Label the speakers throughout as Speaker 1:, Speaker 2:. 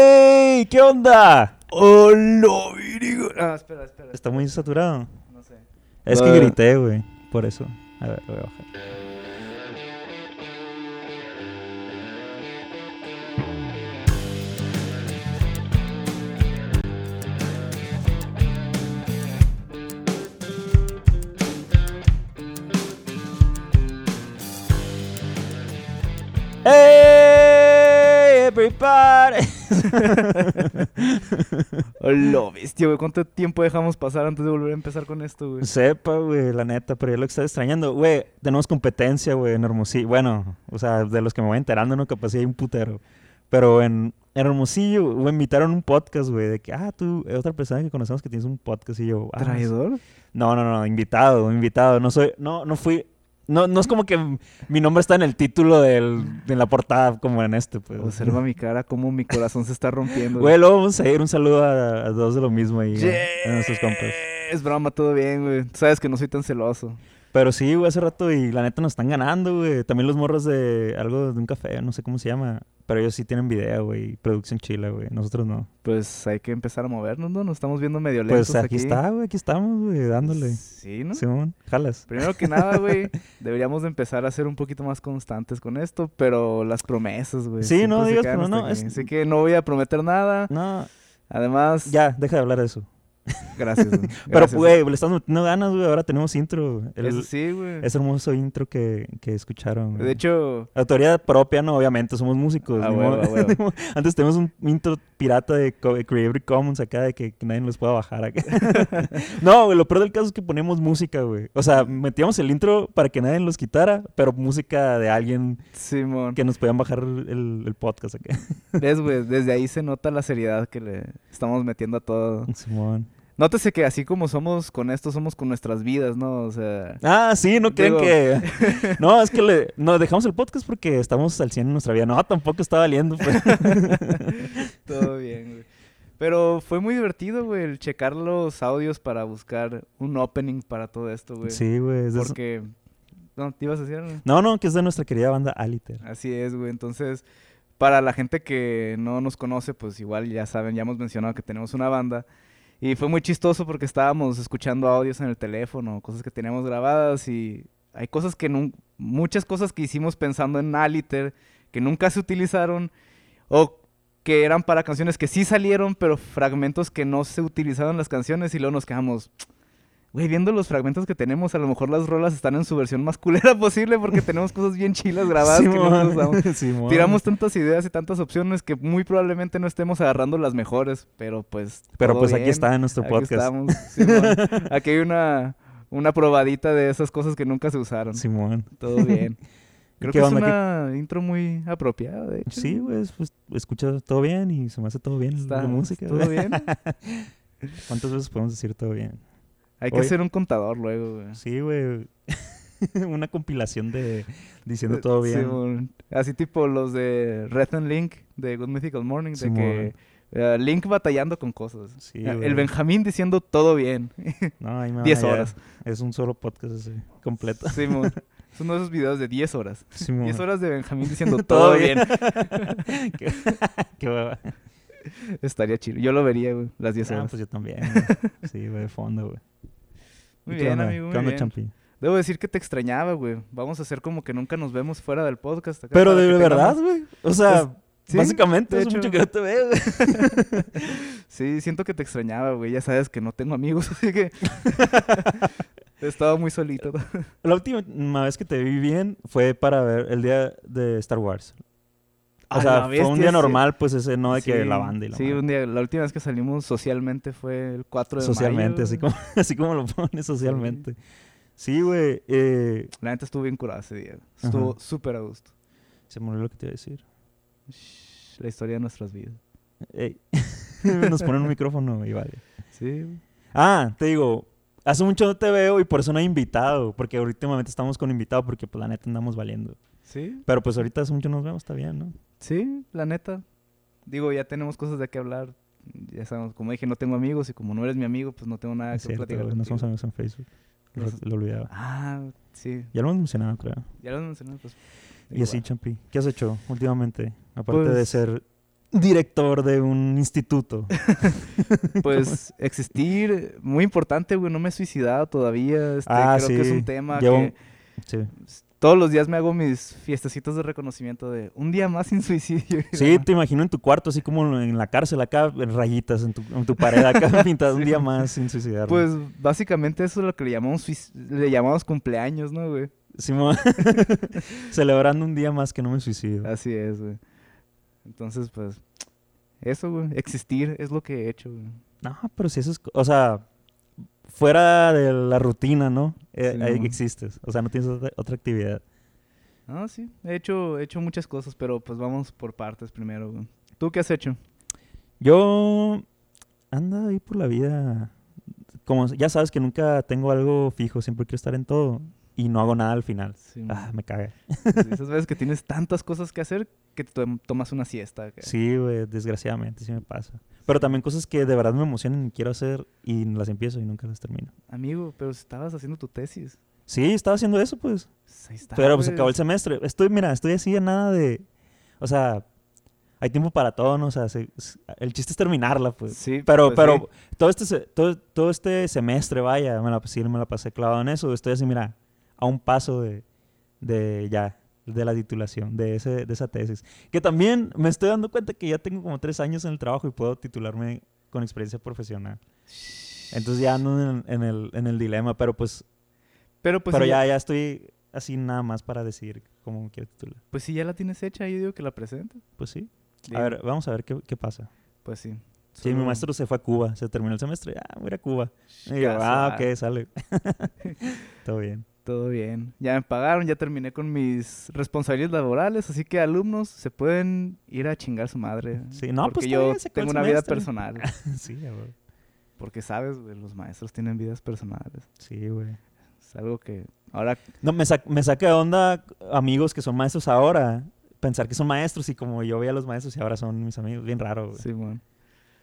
Speaker 1: Ey, ¿qué onda?
Speaker 2: ¡Hola, Virigo! Ah, espera, espera.
Speaker 1: Está muy saturado.
Speaker 2: No sé.
Speaker 1: Es
Speaker 2: Ah.
Speaker 1: que grité, güey. Por eso. A ver, lo voy a bajar. ¡Hey, everybody!
Speaker 2: ¡Hola, bestia, güey! ¿Cuánto tiempo dejamos pasar antes de volver a empezar con esto, güey?
Speaker 1: Sepa, güey, la neta, pero yo lo que estaba extrañando, güey, tenemos competencia, güey, en Hermosillo. Bueno, o sea, de los que me voy enterando, no capaz sí hay un putero. Pero en, en Hermosillo, güey, invitaron un podcast, güey, de que, ah, tú, eh, otra persona que conocemos que tienes un podcast y yo, ah, no sé.
Speaker 2: ¿Traidor?
Speaker 1: No, no, no, invitado, invitado, no soy, no, no fui, no, no es como que mi nombre está en el título del, de la portada, como en este, pues.
Speaker 2: Ah, Observa mi cara, cómo mi corazón se está rompiendo.
Speaker 1: Güey, luego vamos a ir un saludo a, a dos de lo mismo ahí, eh, a nuestros compas.
Speaker 2: Es broma, todo bien, güey. Tú sabes que no soy tan celoso.
Speaker 1: Pero sí, güey, hace rato y la neta nos están ganando, güey. También los morros de algo de un café, no sé cómo se llama. Pero ellos sí tienen video, güey. y Producción chila, güey. Nosotros no.
Speaker 2: Pues hay que empezar a movernos, ¿no? Nos estamos viendo medio lentos
Speaker 1: Pues aquí,
Speaker 2: aquí.
Speaker 1: está, güey. Aquí estamos, güey, dándole.
Speaker 2: Sí, ¿no?
Speaker 1: Simón, jalas.
Speaker 2: Primero que nada, güey, deberíamos de empezar a ser un poquito más constantes con esto, pero las promesas, güey.
Speaker 1: Sí,
Speaker 2: siempre
Speaker 1: no
Speaker 2: se
Speaker 1: digas,
Speaker 2: quedan
Speaker 1: pero
Speaker 2: hasta
Speaker 1: no,
Speaker 2: aquí.
Speaker 1: es-
Speaker 2: Así que no voy a prometer nada.
Speaker 1: No,
Speaker 2: Además,
Speaker 1: ya, deja de hablar de eso.
Speaker 2: gracias. güey,
Speaker 1: Pero,
Speaker 2: gracias.
Speaker 1: güey, le estamos metiendo ganas, güey. Ahora tenemos intro. güey. El-
Speaker 2: Eso sí, güey.
Speaker 1: Ese hermoso intro que, que escucharon. güey.
Speaker 2: De hecho,
Speaker 1: Autoría propia, no, obviamente, somos músicos.
Speaker 2: Ah,
Speaker 1: ni
Speaker 2: huevo,
Speaker 1: modo.
Speaker 2: ah, huevo.
Speaker 1: Ni modo. Antes tenemos un intro pirata de co- de Creative Commons acá, de que, que nadie los pueda bajar acá. no, güey, lo peor del caso es que ponemos música, güey. O sea, metíamos el intro para que nadie los quitara, pero música de alguien
Speaker 2: Simón.
Speaker 1: que nos podían bajar el, el podcast acá.
Speaker 2: ¿Ves, güey? Desde ahí se nota la seriedad que le estamos metiendo a todo.
Speaker 1: Simón.
Speaker 2: Nótese que así como somos con esto, somos con nuestras vidas, ¿no? O sea,
Speaker 1: Ah, sí, no creen
Speaker 2: Digo-
Speaker 1: que... No, es que le... no, dejamos el podcast porque estamos al 100 en nuestra vida. No, tampoco está valiendo. pues.
Speaker 2: todo bien, güey. Pero fue muy divertido, güey, el checar los audios para buscar un opening para todo esto, güey.
Speaker 1: sí, güey. es de-
Speaker 2: Porque... No, te ibas a decir, güey?
Speaker 1: No, no, que es de nuestra querida banda Aliter.
Speaker 2: Así es, güey. Entonces, para la gente que no nos conoce, pues igual ya saben, ya hemos mencionado que tenemos una banda. Y fue muy chistoso porque estábamos escuchando audios en el teléfono, cosas que teníamos grabadas y hay cosas que nun- muchas cosas que hicimos pensando en Aliter que nunca se utilizaron o que eran para canciones que sí salieron, pero fragmentos que no se utilizaron en las canciones y luego nos quedamos, güey, viendo los fragmentos que tenemos, a lo mejor las rolas están en su versión más culera posible porque tenemos cosas bien chilas grabadas que no
Speaker 1: Simón,
Speaker 2: nos usamos.
Speaker 1: Simón.
Speaker 2: Tiramos tantas ideas y tantas opciones que muy probablemente no estemos agarrando las mejores, pero pues.
Speaker 1: Pero
Speaker 2: todo
Speaker 1: pues aquí
Speaker 2: bien.
Speaker 1: está en nuestro
Speaker 2: Aquí
Speaker 1: podcast.
Speaker 2: estamos, Simón. aquí hay una, una probadita de esas cosas que nunca se usaron.
Speaker 1: Simón.
Speaker 2: Todo bien. Creo
Speaker 1: ¿Qué
Speaker 2: que es
Speaker 1: onda? ¿Qué-
Speaker 2: una intro muy apropiada, de hecho.
Speaker 1: Sí, güey, es- pues, escucha todo bien y se me hace todo bien
Speaker 2: Está,
Speaker 1: la música.
Speaker 2: ¿Todo
Speaker 1: güey.
Speaker 2: bien?
Speaker 1: ¿Cuántas veces podemos decir todo bien?
Speaker 2: Hay que
Speaker 1: Oye.
Speaker 2: hacer un contador luego, güey.
Speaker 1: Sí, güey. Una compilación de diciendo todo bien.
Speaker 2: Eh, Simón. así tipo los de Red and Link de Good Mythical Morning, de
Speaker 1: Simón.
Speaker 2: que eh, Link batallando con cosas.
Speaker 1: Sí,
Speaker 2: Ah,
Speaker 1: güey.
Speaker 2: el Benjamín diciendo todo bien.
Speaker 1: No, ahí me van
Speaker 2: 10
Speaker 1: a hallar.
Speaker 2: horas.
Speaker 1: Es un solo podcast así, completo.
Speaker 2: Simón. Es uno de esos videos de 10 horas.
Speaker 1: Simón.
Speaker 2: 10 horas de Benjamín diciendo
Speaker 1: Todo
Speaker 2: todo bien.
Speaker 1: Qué- Qué hueva.
Speaker 2: Estaría chido. Yo lo vería, güey, las 10
Speaker 1: Ah,
Speaker 2: horas.
Speaker 1: pues yo también. güey. Sí, güey, de fondo, güey.
Speaker 2: Muy
Speaker 1: ¿Y
Speaker 2: bien, amigo, muy
Speaker 1: ¿Qué onda,
Speaker 2: bien.
Speaker 1: Champi?
Speaker 2: Debo decir que te extrañaba, güey. Vamos a hacer como que nunca nos vemos fuera del podcast. acá
Speaker 1: Pero
Speaker 2: para
Speaker 1: de
Speaker 2: que
Speaker 1: verdad,
Speaker 2: tengamos- Pues,
Speaker 1: güey. O sea,
Speaker 2: sí,
Speaker 1: básicamente
Speaker 2: de
Speaker 1: es
Speaker 2: hecho.
Speaker 1: mucho que no te veo, güey.
Speaker 2: Sí, siento que te extrañaba, güey. Ya sabes que no tengo amigos, así que... Estaba muy solito.
Speaker 1: La última vez que te vi bien fue para ver el día de Star Wars. O
Speaker 2: A
Speaker 1: sea,
Speaker 2: Ah, la
Speaker 1: fue un
Speaker 2: bestia,
Speaker 1: día
Speaker 2: sí.
Speaker 1: normal, pues ese no de que
Speaker 2: Sí,
Speaker 1: la banda y la
Speaker 2: Sí,
Speaker 1: madre.
Speaker 2: un día, la última vez que salimos socialmente fue el 4 de
Speaker 1: socialmente,
Speaker 2: mayo.
Speaker 1: así
Speaker 2: güey.
Speaker 1: como, así como lo pones socialmente. Sí, güey. eh,
Speaker 2: La neta estuvo bien curada ese día. Estuvo
Speaker 1: Ajá.
Speaker 2: súper a gusto.
Speaker 1: se me olvidó lo que te iba a decir.
Speaker 2: Shh, La historia de nuestras vidas.
Speaker 1: Ey. Nos ponen un micrófono y vale.
Speaker 2: Sí, güey.
Speaker 1: Ah, te digo, hace mucho no te veo y por eso no he invitado. Porque últimamente estamos con invitado porque pues la neta andamos valiendo.
Speaker 2: Sí,
Speaker 1: Pero pues ahorita hace mucho nos vemos, está bien, ¿no?
Speaker 2: sí, la neta. Digo, ya tenemos cosas de qué hablar. Ya sabemos, como dije, no tengo amigos y como no eres mi amigo, pues no tengo nada
Speaker 1: es
Speaker 2: que
Speaker 1: cierto,
Speaker 2: platicar.
Speaker 1: güey, no
Speaker 2: contigo.
Speaker 1: somos amigos en Facebook. Lo,
Speaker 2: Nos-
Speaker 1: lo olvidaba.
Speaker 2: Ah, sí.
Speaker 1: Ya lo hemos mencionado, creo.
Speaker 2: Ya lo mencioné, pues.
Speaker 1: Y así,
Speaker 2: igual.
Speaker 1: Champi, ¿qué has hecho últimamente? Aparte de
Speaker 2: Pues- Este,
Speaker 1: ser director de un instituto.
Speaker 2: Pues existir, muy importante, güey, no me he suicidado todavía. Este,
Speaker 1: Ah,
Speaker 2: creo que es
Speaker 1: sí,
Speaker 2: un tema
Speaker 1: llevo-
Speaker 2: que
Speaker 1: Sí.
Speaker 2: todos los días me hago mis fiestecitas de reconocimiento de un día más sin suicidio.
Speaker 1: Sí, te imagino en tu cuarto, así como en la cárcel, acá, en rayitas en tu, en tu pared, acá pintadas un
Speaker 2: Sí.
Speaker 1: día más sin suicidar.
Speaker 2: Pues básicamente eso es lo que le llamamos, suic- le llamamos cumpleaños, ¿no, güey?
Speaker 1: Simón. Celebrando un día más que no me suicido.
Speaker 2: Así es, güey. Entonces, pues, eso, güey. Existir es lo que he hecho, güey.
Speaker 1: No, pero si eso es. co- O sea, fuera de la rutina, ¿no? Eh,
Speaker 2: Sí,
Speaker 1: ahí
Speaker 2: no.
Speaker 1: existes. O sea, no tienes otra, otra actividad.
Speaker 2: Ah, sí. He hecho, he hecho muchas cosas, pero pues vamos por partes primero, güey. ¿Tú qué has hecho?
Speaker 1: Yo ando ahí por la vida. Como ya sabes que nunca tengo algo fijo, siempre quiero estar en todo y no hago nada al final.
Speaker 2: Sí,
Speaker 1: Ah, me caga.
Speaker 2: pues, esas veces que tienes tantas cosas que hacer que te tom- tomas una siesta. acá.
Speaker 1: Sí, güey, desgraciadamente sí me pasa. Pero también cosas que de verdad me emocionan y quiero hacer y las empiezo y nunca las termino.
Speaker 2: Amigo, pero si estabas haciendo tu tesis.
Speaker 1: Sí, estaba haciendo eso, pues.
Speaker 2: Pues, ahí está,
Speaker 1: Pero pues
Speaker 2: güey.
Speaker 1: acabó el semestre. Estoy, mira, estoy así a nada de. O sea, hay tiempo para todo, ¿no? O sea, se- se- el chiste es terminarla, pues.
Speaker 2: Sí,
Speaker 1: Pero,
Speaker 2: pues,
Speaker 1: pero
Speaker 2: sí.
Speaker 1: todo, este, se- todo, todo este semestre, vaya, me la, sí, me la pasé clavado en eso. Estoy así, mira, a un paso de, de ya, de la titulación, de, ese, de esa tesis. Que también me estoy dando cuenta que ya tengo como tres años en el trabajo y puedo titularme con experiencia profesional. Entonces ya ando en, en el, en el dilema, pero pues,
Speaker 2: Pero pues,
Speaker 1: pero
Speaker 2: si
Speaker 1: ya,
Speaker 2: ya,
Speaker 1: ya estoy así nada más para decidir cómo me quiero titular.
Speaker 2: pues si ya la tienes hecha, yo digo que la presentes.
Speaker 1: Pues sí.
Speaker 2: Digo,
Speaker 1: A ver, vamos a ver qué, qué pasa.
Speaker 2: Pues sí.
Speaker 1: Sí, mi
Speaker 2: Solo-
Speaker 1: maestro se fue a Cuba, se terminó el semestre, ah, voy a ir a Cuba. Y yo, ah,
Speaker 2: Casual.
Speaker 1: ok, sale. Todo bien.
Speaker 2: ah, Todo bien. Ya me pagaron, ya terminé con mis responsabilidades laborales, así que alumnos se pueden ir a chingar su madre.
Speaker 1: Sí, no, pues,
Speaker 2: porque
Speaker 1: está
Speaker 2: yo
Speaker 1: bien, se acabó
Speaker 2: tengo
Speaker 1: el
Speaker 2: una vida
Speaker 1: semestre.
Speaker 2: personal.
Speaker 1: sí, güey.
Speaker 2: Porque sabes, güey, los maestros tienen vidas personales.
Speaker 1: Sí, güey.
Speaker 2: Es algo que ahora
Speaker 1: No, me, sac- me saca de onda amigos que son maestros ahora. Pensar que son maestros y como yo veía a los maestros y ahora son mis amigos. Bien raro, güey.
Speaker 2: Simón.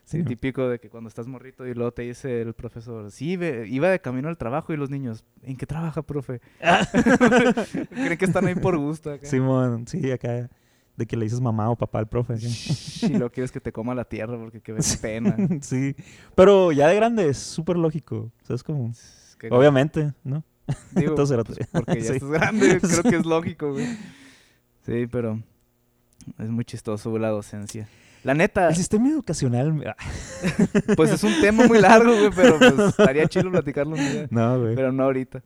Speaker 2: Sí,
Speaker 1: Sí.
Speaker 2: típico de que cuando estás morrito y luego te dice el profesor, sí, ve- iba de camino al trabajo y los niños, ¿en qué trabaja, profe? Creen que están ahí por gusto acá.
Speaker 1: Simón, sí, acá. De que le dices mamá o papá al profe. acá.
Speaker 2: Y luego quieres que te coma la tierra porque qué pena.
Speaker 1: sí. Pero ya de grande es súper lógico. O sea, es como...
Speaker 2: Es que-
Speaker 1: Obviamente, ¿no?
Speaker 2: digo,
Speaker 1: Todo cerote.
Speaker 2: pues, porque ya
Speaker 1: Sí.
Speaker 2: estás grande, creo
Speaker 1: Sí.
Speaker 2: que es lógico, güey. Sí, pero es muy chistoso güey, la docencia. La neta,
Speaker 1: El sistema educacional...
Speaker 2: pues es un tema muy largo, güey, pero pues estaría chido platicarlo un día.
Speaker 1: No, güey.
Speaker 2: Pero no ahorita.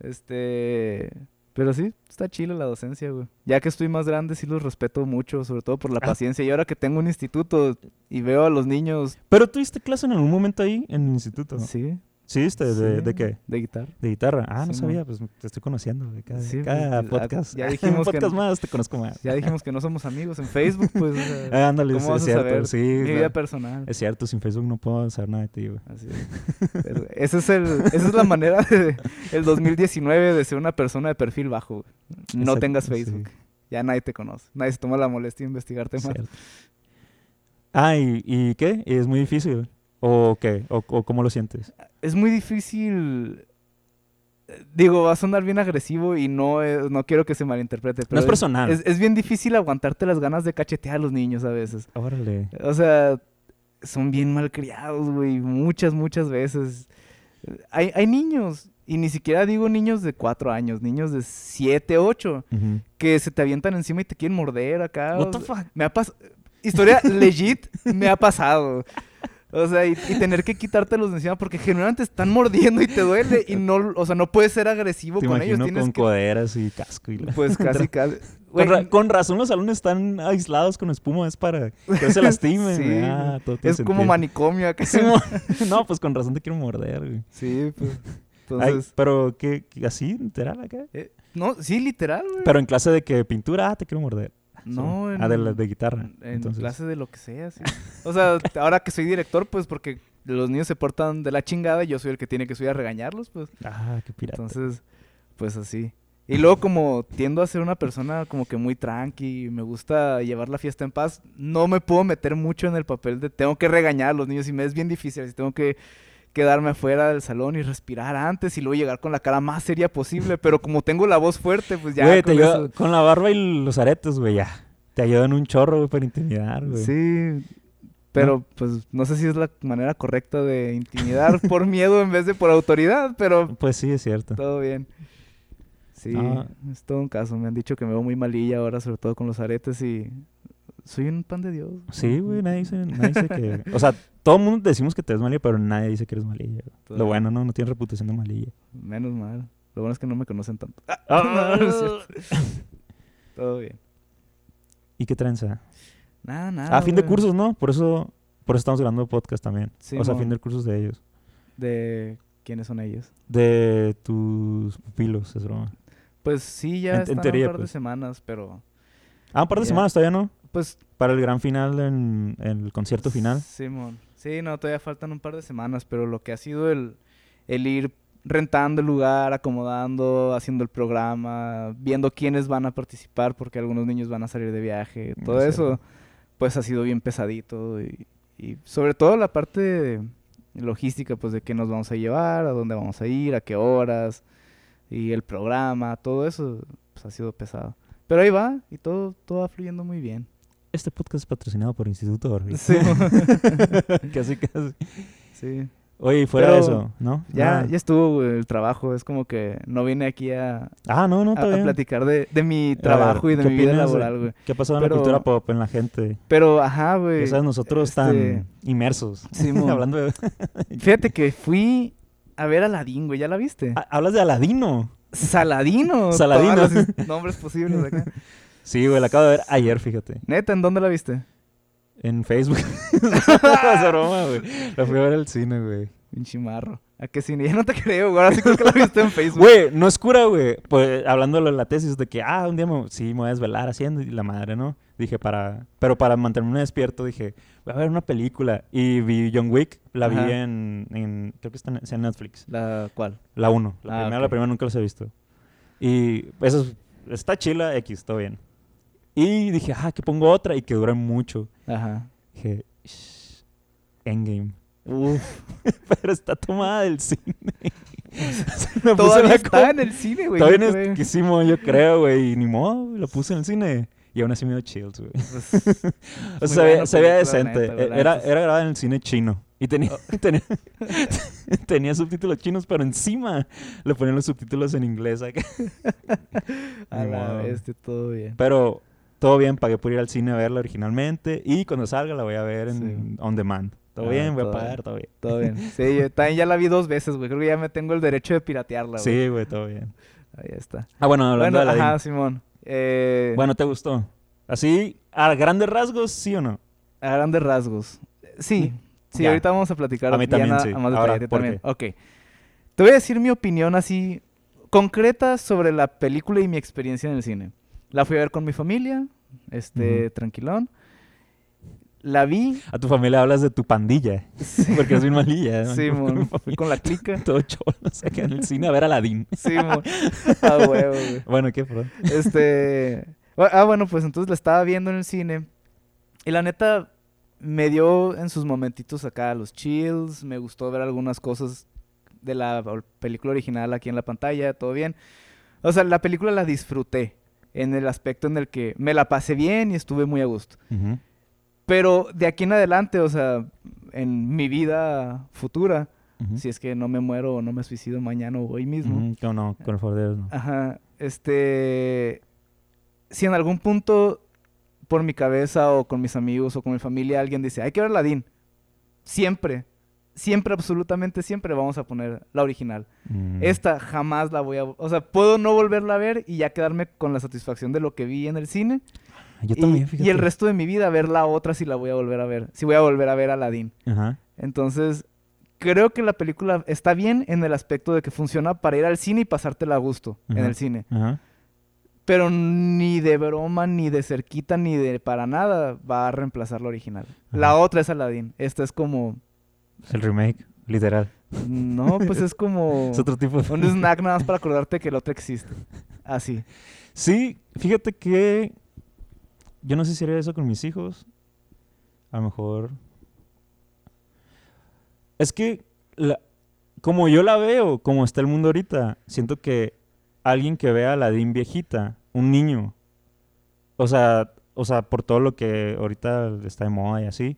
Speaker 2: Este. Pero sí, está chila la docencia, güey. Ya que estoy más grande, sí los respeto mucho, sobre todo por la
Speaker 1: Ah.
Speaker 2: paciencia. Y ahora que tengo un instituto y veo a los niños.
Speaker 1: Pero tuviste clase en algún momento ahí, en el instituto. Sí,
Speaker 2: ¿Sí?
Speaker 1: viste, ¿De,
Speaker 2: sí,
Speaker 1: de qué?
Speaker 2: De guitarra.
Speaker 1: De guitarra. Ah, no
Speaker 2: Sí,
Speaker 1: sabía, pues te estoy conociendo de cada,
Speaker 2: Sí,
Speaker 1: cada
Speaker 2: pues, ya-
Speaker 1: podcast.
Speaker 2: ya
Speaker 1: Un
Speaker 2: dijimos que
Speaker 1: podcast
Speaker 2: no.
Speaker 1: más, te conozco más.
Speaker 2: Ya dijimos que no somos amigos en Facebook, pues. o sea,
Speaker 1: Ah, ándale,
Speaker 2: ¿Cómo
Speaker 1: sí,
Speaker 2: vas
Speaker 1: es
Speaker 2: a
Speaker 1: cierto.
Speaker 2: saber
Speaker 1: sí,
Speaker 2: mi
Speaker 1: claro.
Speaker 2: vida personal.
Speaker 1: es cierto, sin Facebook no puedo saber nada de ti, güey.
Speaker 2: Así es. Pero ese es el, esa es la manera de, el 2019 de ser una persona de perfil bajo. güey. No
Speaker 1: Exacto,
Speaker 2: tengas
Speaker 1: sí.
Speaker 2: Facebook. Ya nadie te conoce. Nadie se toma la molestia de investigarte
Speaker 1: Es
Speaker 2: más.
Speaker 1: cierto. Ah, ¿y, y qué? ¿Es muy difícil? ¿O qué? ¿O, o cómo lo sientes?
Speaker 2: es muy difícil. eh, Digo, va a sonar bien agresivo y no, es- no quiero que se malinterprete. Pero
Speaker 1: es personal.
Speaker 2: Es, es bien difícil aguantarte las ganas de cachetear a los niños a veces.
Speaker 1: Órale.
Speaker 2: O sea, son bien malcriados, güey. Muchas, muchas veces. Eh, Hay, hay niños, y ni siquiera digo niños de cuatro años, niños de siete, ocho,
Speaker 1: Ujú.
Speaker 2: que se te avientan encima y te quieren morder acá.
Speaker 1: What
Speaker 2: o
Speaker 1: the
Speaker 2: sea,
Speaker 1: fuck?
Speaker 2: me ha pasado. Historia legit me ha pasado. O sea, y, y tener que quitártelos de encima porque generalmente te están mordiendo y te duele. Y no, o sea, no puedes ser agresivo
Speaker 1: Te
Speaker 2: con ellos.
Speaker 1: imagino
Speaker 2: Tienes
Speaker 1: con
Speaker 2: que.
Speaker 1: coderas y casco y la-
Speaker 2: Pues casi, casi.
Speaker 1: Con,
Speaker 2: Güey,
Speaker 1: ra- con razón los salones están aislados con espuma, es para que no se lastimen.
Speaker 2: Sí,
Speaker 1: güey. Ah, todo tiene
Speaker 2: es como
Speaker 1: sentido.
Speaker 2: manicomio acá.
Speaker 1: Sí,
Speaker 2: Sí,
Speaker 1: mo- no, pues con razón te quiero morder, güey.
Speaker 2: pues.
Speaker 1: Ay,
Speaker 2: Entonces.
Speaker 1: pero que así, literal acá.
Speaker 2: eh, no, sí, literal, güey.
Speaker 1: Pero en clase de que pintura, ah, te quiero morder.
Speaker 2: No,
Speaker 1: Sí.
Speaker 2: en,
Speaker 1: Ah, de, la- de guitarra.
Speaker 2: en
Speaker 1: entonces.
Speaker 2: clase de lo que sea, sí. O sea, ahora que soy director, pues porque los niños se portan de la chingada y yo soy el que tiene que subir a regañarlos, pues.
Speaker 1: Ah, qué pirata.
Speaker 2: Entonces, pues así. Y luego como tiendo a ser una persona como que muy tranqui, me gusta llevar la fiesta en paz, no me puedo meter mucho en el papel de tengo que regañar a los niños y me es bien difícil, así tengo que quedarme afuera del salón y respirar antes y luego llegar con la cara más seria posible, pero como tengo la voz fuerte, pues ya
Speaker 1: Güey,
Speaker 2: con
Speaker 1: te ayuda-
Speaker 2: eso-
Speaker 1: con la barba y los aretes, güey, ya. Te ayudan un chorro, güey, para intimidar, güey.
Speaker 2: Sí, pero pues no sé si es la manera correcta de intimidar por miedo en vez de por autoridad, pero
Speaker 1: Pues sí, es cierto.
Speaker 2: todo bien. Sí,
Speaker 1: Ah.
Speaker 2: es todo un caso. Me han dicho que me veo muy malilla ahora, sobre todo con los aretes y soy un pan de Dios.
Speaker 1: Sí, güey, nadie dice, nadie dice que... O sea, todo el mundo decimos que te ves malilla, pero nadie dice que eres malilla. güey. Lo bueno, no, no tienes reputación de malilla.
Speaker 2: Menos mal. Lo bueno es que no me conocen tanto.
Speaker 1: Ah.
Speaker 2: No, no es cierto. todo bien.
Speaker 1: ¿Y qué trenza?
Speaker 2: Nada, nada.
Speaker 1: Ah, fin de
Speaker 2: güey.
Speaker 1: cursos, ¿no? Por eso, por eso estamos grabando podcast también.
Speaker 2: Sí,
Speaker 1: o sea,
Speaker 2: mo.
Speaker 1: fin de cursos de ellos.
Speaker 2: De quiénes son ellos.
Speaker 1: De tus pupilos, es broma.
Speaker 2: Pues sí, ya
Speaker 1: En- en
Speaker 2: están
Speaker 1: teoría,
Speaker 2: un par
Speaker 1: pues.
Speaker 2: de semanas, pero
Speaker 1: Ah, un par de
Speaker 2: Ya.
Speaker 1: semanas todavía, ¿no?
Speaker 2: pues
Speaker 1: Para el gran final, en, en el concierto final.
Speaker 2: Simón. Sí, no, todavía faltan un par de semanas, pero lo que ha sido el, el ir rentando el lugar, acomodando, haciendo el programa, viendo quiénes van a participar, porque algunos niños van a salir de viaje,
Speaker 1: Mm,
Speaker 2: todo
Speaker 1: es
Speaker 2: eso, pues ha sido bien pesadito y, y sobre todo la parte de logística, pues de qué nos vamos a llevar, a dónde vamos a ir, a qué horas y el programa, todo eso, pues ha sido pesado. Pero ahí va y todo, todo va fluyendo muy bien.
Speaker 1: Este podcast es patrocinado por Instituto Orbit.
Speaker 2: Sí,
Speaker 1: casi, casi.
Speaker 2: sí.
Speaker 1: Oye, y fuera de
Speaker 2: Pero
Speaker 1: eso, ¿no?
Speaker 2: Ya,
Speaker 1: Nada.
Speaker 2: ya estuvo güey, el trabajo, es como que no vine aquí a,
Speaker 1: Ah, no, no,
Speaker 2: a-
Speaker 1: está
Speaker 2: a
Speaker 1: bien.
Speaker 2: platicar de, de mi
Speaker 1: ver,
Speaker 2: trabajo y de
Speaker 1: ¿qué
Speaker 2: mi vida
Speaker 1: opinas de-
Speaker 2: laboral, güey.
Speaker 1: ¿Qué ha pasado en
Speaker 2: Pero-
Speaker 1: la cultura pop, en la gente?
Speaker 2: Pero, ajá,
Speaker 1: Ya
Speaker 2: güey.
Speaker 1: sabes, nosotros
Speaker 2: este-
Speaker 1: tan inmersos.
Speaker 2: Simón.
Speaker 1: Hablando de...
Speaker 2: Fíjate que fui a ver a Ladín, güey, ¿ya la viste?
Speaker 1: Ah, Hablas de Aladino.
Speaker 2: Saladino.
Speaker 1: Saladino.
Speaker 2: todos los nombres posibles acá.
Speaker 1: Sí, güey, la acabo de ver ayer, fíjate.
Speaker 2: Neta, ¿en dónde la viste?
Speaker 1: En Facebook. es broma, güey. La fui a ver al cine, güey.
Speaker 2: Un chimarro. ¿A qué cine? Ya no te creo, güey, ahora sí creo que la viste en Facebook.
Speaker 1: Güey, no es cura, güey. Pues hablando de la tesis de que, ah, un día me- sí me voy a desvelar haciendo y la madre, ¿no? Dije, para. Pero para mantenerme despierto, dije, voy a ver una película. Y vi John Wick, la vi
Speaker 2: Ajá.
Speaker 1: en, en- Creo que está en, está en Netflix.
Speaker 2: ¿La cuál?
Speaker 1: La 1. La
Speaker 2: Ah,
Speaker 1: primera,
Speaker 2: ok.
Speaker 1: la primera nunca los he visto. Y eso es- está chila, X, todo bien. Y dije, ah, que pongo otra y que dura mucho.
Speaker 2: Ajá.
Speaker 1: Dije, shh, Endgame. pues
Speaker 2: Uf.
Speaker 1: Pero está tomada del cine. Se me puso
Speaker 2: Todavía
Speaker 1: la
Speaker 2: está en el cine, güey.
Speaker 1: Todavía
Speaker 2: no
Speaker 1: no
Speaker 2: creo.
Speaker 1: es que hicimos, yo creo, güey. Y ni modo, lo puse en el cine. Y aún así me dio chills, güey.
Speaker 2: Pues,
Speaker 1: O sea,
Speaker 2: muy
Speaker 1: se veía-
Speaker 2: buena
Speaker 1: se veía
Speaker 2: película, la
Speaker 1: decente.
Speaker 2: neta, güey, la
Speaker 1: era,
Speaker 2: neta, sí. Oh.
Speaker 1: era grabada en el cine chino. Y tenía, tenía, tenía subtítulos chinos, pero encima le ponían los subtítulos en inglés. acá.
Speaker 2: A
Speaker 1: Ni
Speaker 2: la
Speaker 1: modo.
Speaker 2: bestia, todo bien.
Speaker 1: Pero todo bien, pagué por ir al cine a verla originalmente. Y cuando salga la voy a ver en on demand. Todo
Speaker 2: Ah,
Speaker 1: bien, voy a
Speaker 2: todo
Speaker 1: pagar,
Speaker 2: bien.
Speaker 1: todo bien.
Speaker 2: Todo bien. Sí, yo también ya la vi dos veces, güey. Creo que ya me tengo el derecho de piratearla, güey.
Speaker 1: Sí, güey, todo bien.
Speaker 2: Ahí está.
Speaker 1: Ah, bueno, hablando
Speaker 2: Bueno,
Speaker 1: de la
Speaker 2: ajá, Simón. Eh,
Speaker 1: Bueno, ¿te gustó? Así, a grandes rasgos, ¿sí o no?
Speaker 2: A grandes rasgos. Sí. Sí,
Speaker 1: Ya.
Speaker 2: ahorita vamos a platicar.
Speaker 1: A mí
Speaker 2: ya
Speaker 1: también,
Speaker 2: na-
Speaker 1: sí.
Speaker 2: a más
Speaker 1: Ahora,
Speaker 2: detalle, a ti
Speaker 1: ¿por
Speaker 2: también. Ok. Te voy a decir mi opinión así concreta sobre la película y mi experiencia en el cine. La fui a ver con mi familia, este,
Speaker 1: Ujú.
Speaker 2: tranquilón. La vi,
Speaker 1: A tu familia hablas de tu pandilla. ¿eh? Porque es bien malilla. ¿eh? ¿no?
Speaker 2: Simón,
Speaker 1: Con
Speaker 2: fui con la clica.
Speaker 1: Todo cholo, se queda en el cine a ver a Aladdin.
Speaker 2: Simón. A huevo, güey.
Speaker 1: Bueno, ¿qué, perdón?
Speaker 2: Este. bu- Ah, bueno, pues entonces la estaba viendo en el cine. Y la neta me dio en sus momentitos acá los chills. Me gustó ver algunas cosas de la ol- película original aquí en la pantalla, todo bien. O sea, la película la disfruté en el aspecto en el que me la pasé bien y estuve muy a gusto. Pero de aquí en adelante, o sea, en mi vida futura, si es que no me muero o no me suicido mañana o hoy mismo, Ah,
Speaker 1: No, no, con el favor de Dios, no.
Speaker 2: Ajá, este... Si en algún punto por mi cabeza o con mis amigos o con mi familia alguien dice, hay que ver Aladdin, siempre, siempre, absolutamente siempre vamos a poner la original.
Speaker 1: Mm.
Speaker 2: Esta jamás la voy a... O sea, puedo no volverla a ver y ya quedarme con la satisfacción de lo que vi en el cine.
Speaker 1: Yo
Speaker 2: y,
Speaker 1: también,
Speaker 2: y
Speaker 1: fíjate.
Speaker 2: el resto de mi vida ver la otra si la voy a volver a ver, si voy a volver a ver Aladdin.
Speaker 1: Ajá.
Speaker 2: Entonces, creo que la película está bien en el aspecto de que funciona para ir al cine y pasártela a gusto en
Speaker 1: Ajá.
Speaker 2: el cine.
Speaker 1: Ajá.
Speaker 2: Pero ni de broma, ni de cerquita, ni de para nada va a reemplazar la original. La
Speaker 1: Ajá.
Speaker 2: otra es Aladdin. Esta es como.
Speaker 1: Es el remake, literal.
Speaker 2: No, pues es como.
Speaker 1: Es otro tipo de.
Speaker 2: Un snack nada más para acordarte que la otra existe. Así.
Speaker 1: Sí, fíjate que. Yo no sé si haría eso con mis hijos. A lo mejor. Es que. la- Como yo la veo, como está el mundo ahorita, siento que alguien que vea a Aladdin viejita, un niño. O sea, o sea, por todo lo que ahorita está de moda y así.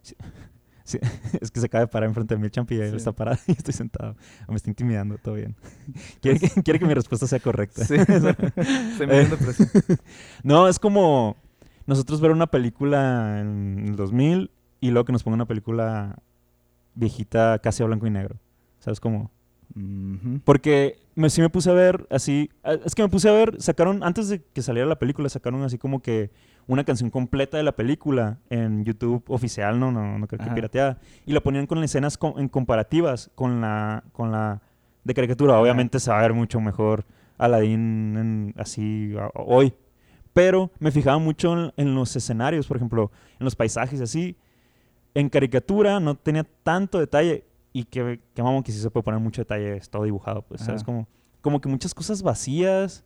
Speaker 1: Sí, sí, es que se acaba de parar enfrente de Milchamp y él
Speaker 2: Sí.
Speaker 1: está parado y estoy sentado. Me está intimidando, todo bien. Quiere que, quiere que mi respuesta sea correcta.
Speaker 2: Pues Sí. Se me viene depresión.
Speaker 1: No, es como nosotros ver una película en el 2000 y luego que nos ponga una película viejita casi a blanco y negro. ¿Sabes cómo?
Speaker 2: Ujú.
Speaker 1: Porque me, sí me puse a ver así. a- Es que me puse a ver, sacaron, antes de que saliera la película, sacaron así como que una canción completa de la película en YouTube oficial, no, no, no creo que
Speaker 2: Ajá.
Speaker 1: pirateada. Y la ponían con escenas co- en comparativas con la, con la de caricatura. Obviamente se va a ver mucho mejor Aladdin en- así a- hoy. Pero me fijaba mucho en, en los escenarios, por ejemplo, en los paisajes así. En caricatura no tenía tanto detalle. Y que, que mamón que sí se puede poner mucho detalle, es todo dibujado, pues, ¿sabes?
Speaker 2: Ajá.
Speaker 1: Como, como que muchas cosas vacías.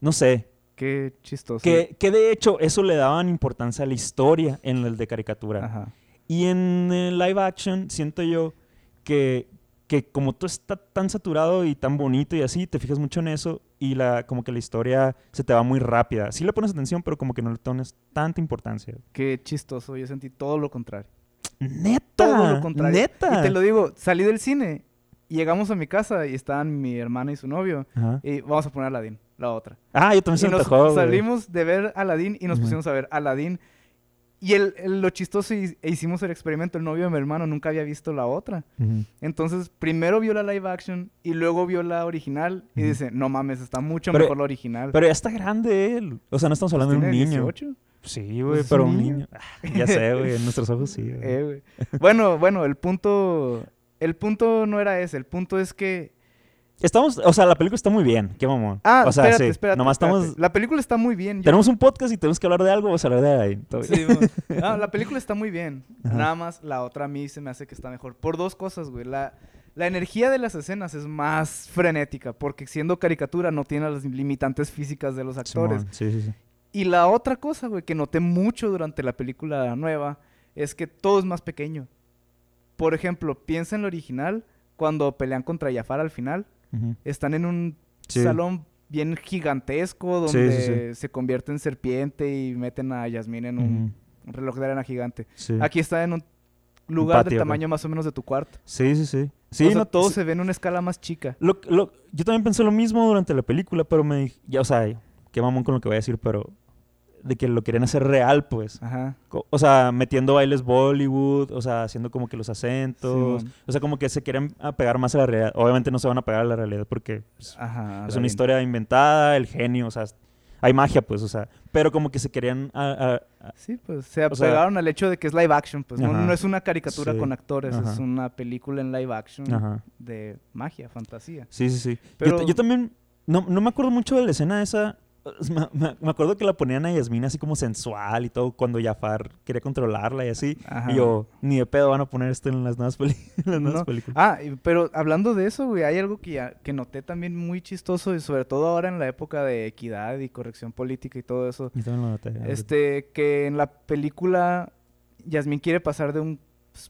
Speaker 1: No sé,
Speaker 2: Qué chistoso.
Speaker 1: que, que de hecho eso le daban importancia a la historia en el de caricatura.
Speaker 2: Ajá.
Speaker 1: Y en eh, live action siento yo que, que como todo está tan saturado y tan bonito y así, te fijas mucho en eso y la, como que la historia se te va muy rápida. Sí le pones atención, pero como que no le pones tanta importancia.
Speaker 2: Qué chistoso. Yo sentí todo lo contrario.
Speaker 1: ¡Neta!
Speaker 2: Todo lo contrario.
Speaker 1: ¡Neta!
Speaker 2: Y te lo digo, salí del cine, llegamos a mi casa y estaban mi hermana y su novio.
Speaker 1: Ajá.
Speaker 2: Y vamos a poner Aladdin, la otra.
Speaker 1: Ah, yo también se
Speaker 2: Y
Speaker 1: me
Speaker 2: nos
Speaker 1: antojó, güey.
Speaker 2: salimos de ver Aladdin y nos
Speaker 1: Ujú.
Speaker 2: pusimos a ver Aladdin. Y el, el- lo chistoso, y, e hicimos el experimento, el novio de mi hermano nunca había visto la otra.
Speaker 1: Ujú.
Speaker 2: Entonces, primero vio la live action y luego vio la original y
Speaker 1: Ujú.
Speaker 2: dice, no mames, está mucho
Speaker 1: Pero-
Speaker 2: mejor la original.
Speaker 1: Pero ya está grande él. O sea, no estamos hablando de un
Speaker 2: Pues ¿Tiene
Speaker 1: niño.
Speaker 2: 18?
Speaker 1: Sí, güey,
Speaker 2: Pues es
Speaker 1: pero
Speaker 2: un
Speaker 1: un
Speaker 2: niño.
Speaker 1: niño. Ah, ya sé, güey, en nuestros ojos sí. güey.
Speaker 2: Eh, güey. bueno, bueno, el punto... El punto no era ese, el punto es que...
Speaker 1: Estamos, o sea, la película está muy bien, qué mamón.
Speaker 2: Ah,
Speaker 1: o sea,
Speaker 2: espérate,
Speaker 1: sí,
Speaker 2: espérate.
Speaker 1: Nomás
Speaker 2: espérate.
Speaker 1: estamos.
Speaker 2: La película está muy bien. yo-
Speaker 1: Tenemos un podcast y tenemos que hablar de algo, vamos a hablar de ahí. todo bien.
Speaker 2: Sí, mo- no, la película está muy bien.
Speaker 1: Ajá.
Speaker 2: Nada más la otra a mí se me hace que está mejor. Por dos cosas, güey. La, la energía de las escenas es más frenética, porque siendo caricatura no tiene las limitantes físicas de los actores.
Speaker 1: Simón, Sí, sí, sí.
Speaker 2: Y la otra cosa, güey, que noté mucho durante la película nueva, es que todo es más pequeño. Por ejemplo, piensa en la original, cuando pelean contra Jafar al final,
Speaker 1: Ujú.
Speaker 2: están en un
Speaker 1: Sí.
Speaker 2: salón bien gigantesco
Speaker 1: Sí, sí,
Speaker 2: donde
Speaker 1: sí.
Speaker 2: se convierte en serpiente y meten a Yasmín en un
Speaker 1: Ujú,
Speaker 2: un reloj de arena gigante.
Speaker 1: sí.
Speaker 2: Aquí está en un lugar
Speaker 1: patio,
Speaker 2: del
Speaker 1: ¿no?
Speaker 2: tamaño más o menos de tu cuarto.
Speaker 1: sí, sí, sí.
Speaker 2: Sí,
Speaker 1: Sí, no,
Speaker 2: todo
Speaker 1: sí.
Speaker 2: se ve en una escala más chica.
Speaker 1: Lo- lo- yo también pensé lo mismo durante la película, pero me dije, ya, o sea, qué mamón con lo que voy a decir, pero de que lo querían hacer real, pues.
Speaker 2: Ajá.
Speaker 1: Co- O sea, metiendo bailes Bollywood, o sea, haciendo como que los acentos,
Speaker 2: Simón.
Speaker 1: o sea, como que se quieren apegar más a la realidad. Obviamente no se van a pegar a la realidad porque pues,
Speaker 2: Ajá.
Speaker 1: Es
Speaker 2: Aladdin.
Speaker 1: una historia inventada, el genio, o sea, hay magia, pues, o sea, pero como que se querían a- a- a-
Speaker 2: Sí, pues se
Speaker 1: O sea-
Speaker 2: apegaron al hecho de que es live action, pues no,
Speaker 1: Ajá.
Speaker 2: no es una caricatura
Speaker 1: Sí.
Speaker 2: con actores, es
Speaker 1: Ajá.
Speaker 2: una película en live action
Speaker 1: Ajá.
Speaker 2: de magia, fantasía.
Speaker 1: Sí, sí, sí. Yo
Speaker 2: Pero-
Speaker 1: ta- yo, también, no, no me acuerdo mucho de la escena esa. es- Me, me- me acuerdo que la ponían a Yasmina así como sensual y todo, cuando Jafar quería controlarla y así.
Speaker 2: Ajá.
Speaker 1: Y yo, ni de pedo van a poner esto en las nuevas, peli- en las nuevas
Speaker 2: No.
Speaker 1: películas.
Speaker 2: Ah, y- pero hablando de eso, güey, hay algo que, ya- que noté también muy chistoso, y sobre todo ahora en la época de equidad y corrección política y todo eso,
Speaker 1: Yo también lo noté.
Speaker 2: Este, que en la película Yasmín quiere pasar de un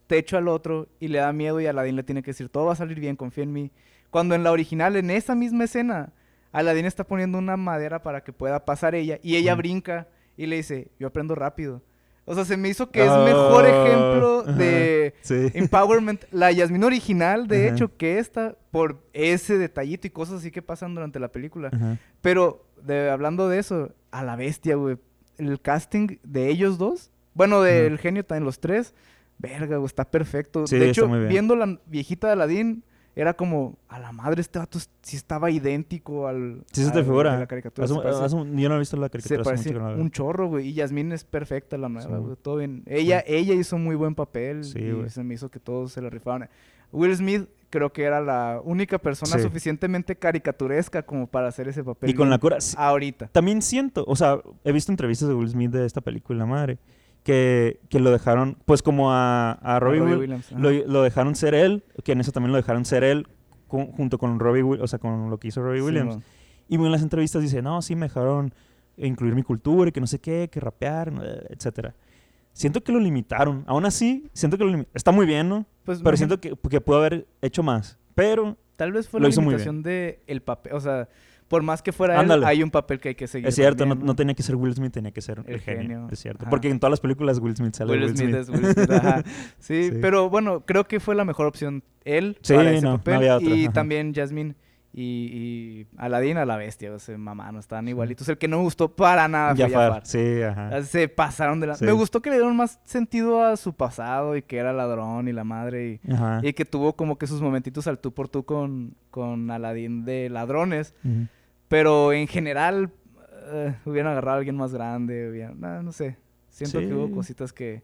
Speaker 2: techo al otro y le da miedo y Aladdin le tiene que decir, todo va a salir bien, confía en mí. Cuando en la original, en esa misma escena, Aladdin está poniendo una madera para que pueda pasar ella y ella
Speaker 1: Mm.
Speaker 2: brinca y le dice, yo aprendo rápido. O sea, se me hizo que es
Speaker 1: Ah,
Speaker 2: mejor ejemplo de
Speaker 1: Oh. Sí.
Speaker 2: empowerment, la Yasmín original, de
Speaker 1: Ajá.
Speaker 2: hecho, que esta, por ese detallito y cosas así que pasan durante la película.
Speaker 1: Ajá.
Speaker 2: Pero de- hablando de eso, a la bestia, güey. El casting de ellos dos, bueno, del genio también, los tres, verga, güey, está perfecto.
Speaker 1: Sí,
Speaker 2: de
Speaker 1: está
Speaker 2: hecho,
Speaker 1: muy bien.
Speaker 2: viendo la viejita de Aladdin, era como, a la madre, este vato sí estaba idéntico al.
Speaker 1: Sí, se te
Speaker 2: al de
Speaker 1: figura.
Speaker 2: La caricatura.
Speaker 1: Hace
Speaker 2: se
Speaker 1: un-
Speaker 2: parece-
Speaker 1: hace un- yo no he visto la
Speaker 2: pues, se
Speaker 1: caricatura. hace
Speaker 2: parece
Speaker 1: mucho que no la veo.
Speaker 2: un chorro, güey. Y Yasmín es perfecta, la nueva,
Speaker 1: Sí.
Speaker 2: güey. Todo bien. Ella, ella hizo muy buen papel.
Speaker 1: Sí,
Speaker 2: y
Speaker 1: güey.
Speaker 2: se me hizo que todos se la rifaron. Will Smith creo que era la única persona
Speaker 1: Sí.
Speaker 2: suficientemente caricaturesca como para hacer ese papel.
Speaker 1: Y con
Speaker 2: bien
Speaker 1: la cura, sí,
Speaker 2: ahorita.
Speaker 1: también siento, o sea, he visto entrevistas de Will Smith de esta película, madre, que, que lo dejaron, pues como a, a Robbie, Will-
Speaker 2: Williams. ajá.
Speaker 1: lo, lo dejaron ser él, que en eso también lo dejaron ser él, con- junto con Robbie Will- o sea, con lo que hizo Robbie
Speaker 2: Sí,
Speaker 1: Williams.
Speaker 2: mon.
Speaker 1: Y en las entrevistas dice, no, sí, me dejaron incluir mi cultura y que no sé qué, que rapear, no, eh, etcétera. Siento que lo limitaron. Aún así, siento que lo limi- Está muy bien, ¿no?
Speaker 2: Pues,
Speaker 1: Pero
Speaker 2: me-
Speaker 1: siento que, que pudo haber hecho más. Pero,
Speaker 2: tal vez fue
Speaker 1: lo
Speaker 2: la
Speaker 1: hizo muy
Speaker 2: limitación de el papel, o sea, por más que fuera él,
Speaker 1: Ándale.
Speaker 2: hay un papel que hay que seguir.
Speaker 1: Es cierto, no,
Speaker 2: también,
Speaker 1: no tenía que ser Will Smith, tenía que ser el,
Speaker 2: El
Speaker 1: genio.
Speaker 2: genio,
Speaker 1: Es cierto.
Speaker 2: ajá.
Speaker 1: Porque en todas las películas Will Smith sale
Speaker 2: Will Smith es Will Smith, ajá. Sí,
Speaker 1: Sí.
Speaker 2: pero bueno, creo que fue la mejor opción él
Speaker 1: Sí,
Speaker 2: para ese
Speaker 1: no, no
Speaker 2: papel.
Speaker 1: había otra,
Speaker 2: y
Speaker 1: ajá.
Speaker 2: también Jasmine y, y Aladdin a la bestia, o sea, mamá, no estaban igualitos. El que no me gustó para nada fue
Speaker 1: Jafar,
Speaker 2: ah, Jafar.
Speaker 1: Sí, ajá.
Speaker 2: Ah, Se pasaron de la...
Speaker 1: Sí.
Speaker 2: Me gustó que le dieron más sentido a su pasado y que era ladrón y la madre
Speaker 1: Ajá.
Speaker 2: y, y que tuvo como que sus momentitos al tú por tú con, con Aladdin de ladrones.
Speaker 1: Ujú.
Speaker 2: Pero en general, eh, hubieran agarrado a alguien más grande, hubieran, nah, no sé. Siento
Speaker 1: Sí.
Speaker 2: que hubo cositas que,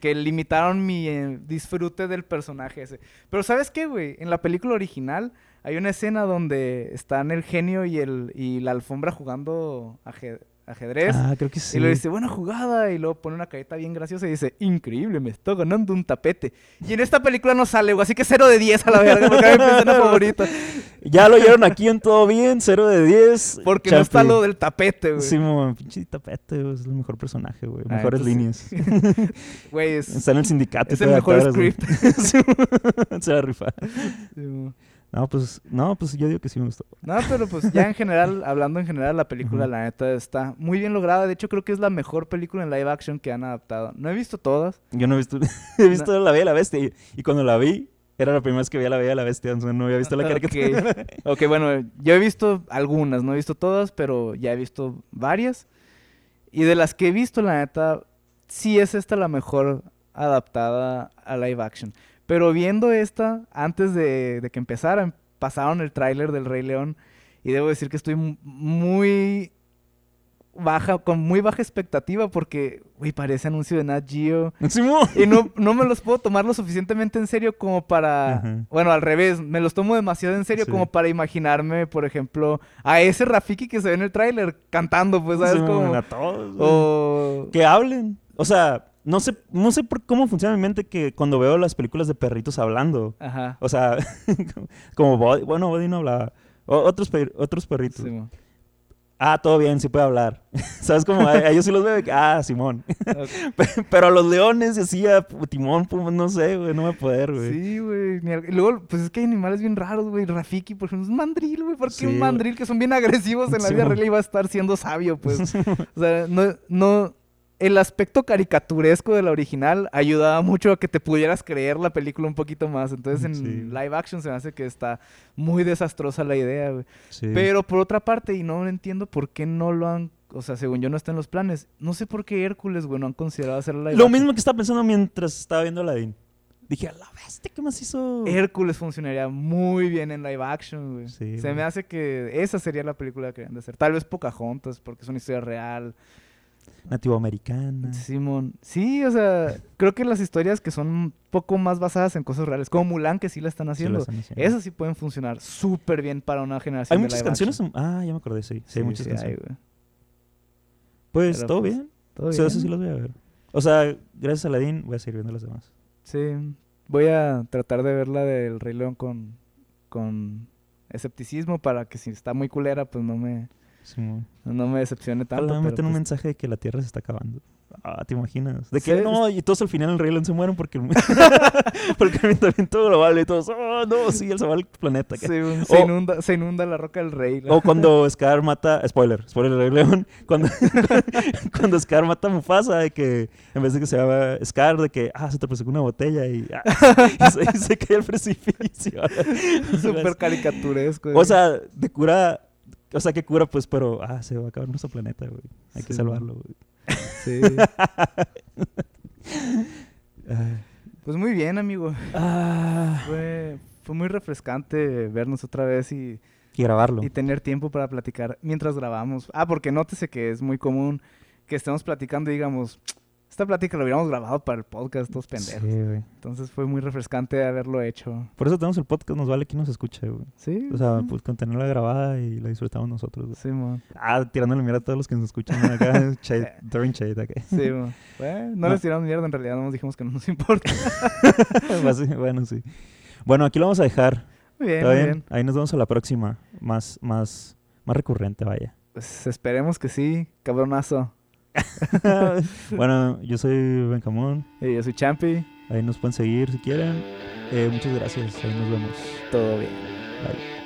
Speaker 2: que limitaron mi eh, disfrute del personaje ese. Pero ¿sabes qué, güey? En la película original hay una escena donde están el genio y, el, y la alfombra jugando aje- ajedrez.
Speaker 1: Ah, creo que sí.
Speaker 2: Y le dice, buena jugada. Y luego pone una carita bien graciosa y dice, increíble, me está ganando un tapete. Y en esta película no sale, güey. Así que 0 de 10 a la verga, porque era mi persona favorita.
Speaker 1: Ya lo oyeron aquí en todo bien, 0 de 10.
Speaker 2: Porque no está
Speaker 1: Chapi.
Speaker 2: lo del tapete, güey.
Speaker 1: Simón, pinche tapete, güey, es el mejor personaje, güey.
Speaker 2: Ah,
Speaker 1: Mejores
Speaker 2: entonces-
Speaker 1: líneas.
Speaker 2: Güey, es,
Speaker 1: Está en el sindicato. y
Speaker 2: es el
Speaker 1: todo,
Speaker 2: mejor
Speaker 1: atrás, güey.
Speaker 2: script.
Speaker 1: Se va a rifar.
Speaker 2: Sí,
Speaker 1: No, pues, no, pues yo digo que sí me gustó.
Speaker 2: No, pero pues ya en general, hablando en general, la película, la neta, está muy bien lograda. De hecho, creo que es la mejor película en live action que han adaptado. No he visto todas.
Speaker 1: Yo no he visto, he visto La Bella y la Bestia. Y, y cuando la vi, era la primera vez que veía La Bella y la Bestia. o sea, no había visto la
Speaker 2: Ok.
Speaker 1: caricatura.
Speaker 2: Ok, bueno, yo he visto algunas, no he visto todas, pero ya he visto varias. Y de las que he visto, la neta, sí es esta la mejor adaptada a live action. Pero viendo esta, antes de, de que empezaran, pasaron el tráiler del Rey León. Y debo decir que estoy mu- muy baja, con muy baja expectativa porque, güey, parece anuncio de Nat Geo.
Speaker 1: Simón.
Speaker 2: Y no, no me los puedo tomar lo suficientemente en serio como para...
Speaker 1: Ajá.
Speaker 2: Bueno, al revés, me los tomo demasiado en serio
Speaker 1: Sí.
Speaker 2: como para imaginarme, por ejemplo, a ese Rafiki que se ve en el tráiler cantando, pues, ¿sabes?
Speaker 1: Simón,
Speaker 2: Como-
Speaker 1: a todos, güey.
Speaker 2: o...
Speaker 1: Que hablen. O sea, no sé, no sé por cómo funciona mi mente que cuando veo las películas de perritos hablando.
Speaker 2: Ajá.
Speaker 1: O sea, como Buddy. Bueno, Buddy no hablaba. O- otros, per- otros perritos.
Speaker 2: Sí, mo.
Speaker 1: Ah, todo bien, sí puede hablar. ¿Sabes cómo? A, a ellos sí los veo. de que, Ah, Simón.
Speaker 2: Ok.
Speaker 1: Pe- Pero a los leones y así, a P- Timón, Puma, no sé, güey, no va a poder, güey.
Speaker 2: Sí, güey. ni al- Y luego, pues es que hay animales bien raros, güey. Rafiki, por ejemplo, es un mandril, güey. ¿Por qué
Speaker 1: Sí,
Speaker 2: un
Speaker 1: güey.
Speaker 2: mandril que son bien agresivos en la
Speaker 1: Sí,
Speaker 2: vida
Speaker 1: mo.
Speaker 2: real iba a estar siendo sabio, pues? o sea, no, no. El aspecto caricaturesco de la original ayudaba mucho a que te pudieras creer la película un poquito más. Entonces, en
Speaker 1: Sí.
Speaker 2: live action se me hace que está muy desastrosa la idea, güey.
Speaker 1: Sí.
Speaker 2: Pero por otra parte, y no entiendo por qué no lo han. O sea, según yo no está en los planes. No sé por qué Hércules, güey, no han considerado hacer la
Speaker 1: Lo mismo que estaba pensando mientras estaba viendo Aladdin. Dije, a la bestia, ¿qué más hizo?
Speaker 2: Hércules funcionaría muy bien en live action, güey.
Speaker 1: Sí,
Speaker 2: Se
Speaker 1: güey.
Speaker 2: me hace que esa sería la película que deberían de hacer. Tal vez Pocahontas, porque es una historia real.
Speaker 1: Nativo americana.
Speaker 2: Simón. Sí, o sea, creo que las historias que son un poco más basadas en cosas reales, como Mulan, que sí la están haciendo,
Speaker 1: eh.
Speaker 2: esas sí pueden funcionar súper bien para una generación
Speaker 1: Hay
Speaker 2: de
Speaker 1: muchas
Speaker 2: live
Speaker 1: canciones.
Speaker 2: action.
Speaker 1: Ah, ya me acordé, sí. Sí, hay muchas
Speaker 2: sí,
Speaker 1: canciones.
Speaker 2: güey.
Speaker 1: pues,
Speaker 2: pero
Speaker 1: todo
Speaker 2: pues,
Speaker 1: bien.
Speaker 2: Todo
Speaker 1: O sea, eso
Speaker 2: bien.
Speaker 1: sí los voy a ver. O sea, gracias a Aladdin voy a seguir viendo las demás.
Speaker 2: Sí, voy a tratar de ver la del Rey León con, con escepticismo para que si está muy culera, pues no me,
Speaker 1: Simón.
Speaker 2: no me decepcione tanto.
Speaker 1: Ojalá
Speaker 2: pero
Speaker 1: meten un
Speaker 2: pues-
Speaker 1: mensaje de que la Tierra se está acabando. Ah, ¿te imaginas? De
Speaker 2: Sí.
Speaker 1: que no, y todos al final en el Rey León se mueren porque el, porque el calentamiento global y todos, oh, no, sí, él se va al planeta.
Speaker 2: Sí, un- se,
Speaker 1: O-
Speaker 2: inunda, se inunda la roca del rey. la-
Speaker 1: O cuando Scar mata, spoiler, spoiler del Rey León, cuando, cuando Scar mata a Mufasa, de que en vez de que se llama Scar, de que, ah, se tropezó con una botella y, ah, y se, y se cae al precipicio.
Speaker 2: Súper caricaturesco.
Speaker 1: O
Speaker 2: güey.
Speaker 1: sea, de cura. O sea, que cura, pues, pero. Ah, se va a acabar nuestro planeta, güey. Hay que
Speaker 2: Sí,
Speaker 1: salvarlo, güey.
Speaker 2: Sí.
Speaker 1: Ay.
Speaker 2: Pues muy bien, amigo.
Speaker 1: Ah,
Speaker 2: Fue, fue muy refrescante vernos otra vez y,
Speaker 1: y grabarlo.
Speaker 2: y tener tiempo para platicar mientras grabamos. Ah, porque nótese que es muy común que estemos platicando y digamos, esta plática la hubiéramos grabado para el podcast, todos
Speaker 1: Sí,
Speaker 2: pendejos.
Speaker 1: güey.
Speaker 2: Entonces fue muy refrescante haberlo hecho.
Speaker 1: Por eso tenemos el podcast, nos vale que nos escuche, güey.
Speaker 2: Sí.
Speaker 1: O sea, pues con tenerla grabada y la disfrutamos nosotros, güey.
Speaker 2: Sí, mon.
Speaker 1: Ah, tirándole mierda a todos los que nos escuchan ¿no? acá. shade, throwing shade acá.
Speaker 2: Sí, mon. Bueno, no
Speaker 1: No.
Speaker 2: les tiramos mierda, en realidad no nos dijimos que no nos importa.
Speaker 1: Así, bueno, Pues sí. Bueno, aquí lo vamos a dejar.
Speaker 2: Muy bien,
Speaker 1: ¿Está
Speaker 2: muy
Speaker 1: bien?
Speaker 2: bien.
Speaker 1: Ahí nos vemos a la próxima. Más, más, más recurrente, vaya.
Speaker 2: Pues esperemos que sí, cabronazo.
Speaker 1: bueno, yo soy Benjamón.
Speaker 2: Y yo soy Champi,
Speaker 1: Ahí nos pueden seguir si quieren. Eh, muchas gracias. Ahí nos vemos.
Speaker 2: todo bien.
Speaker 1: Bye.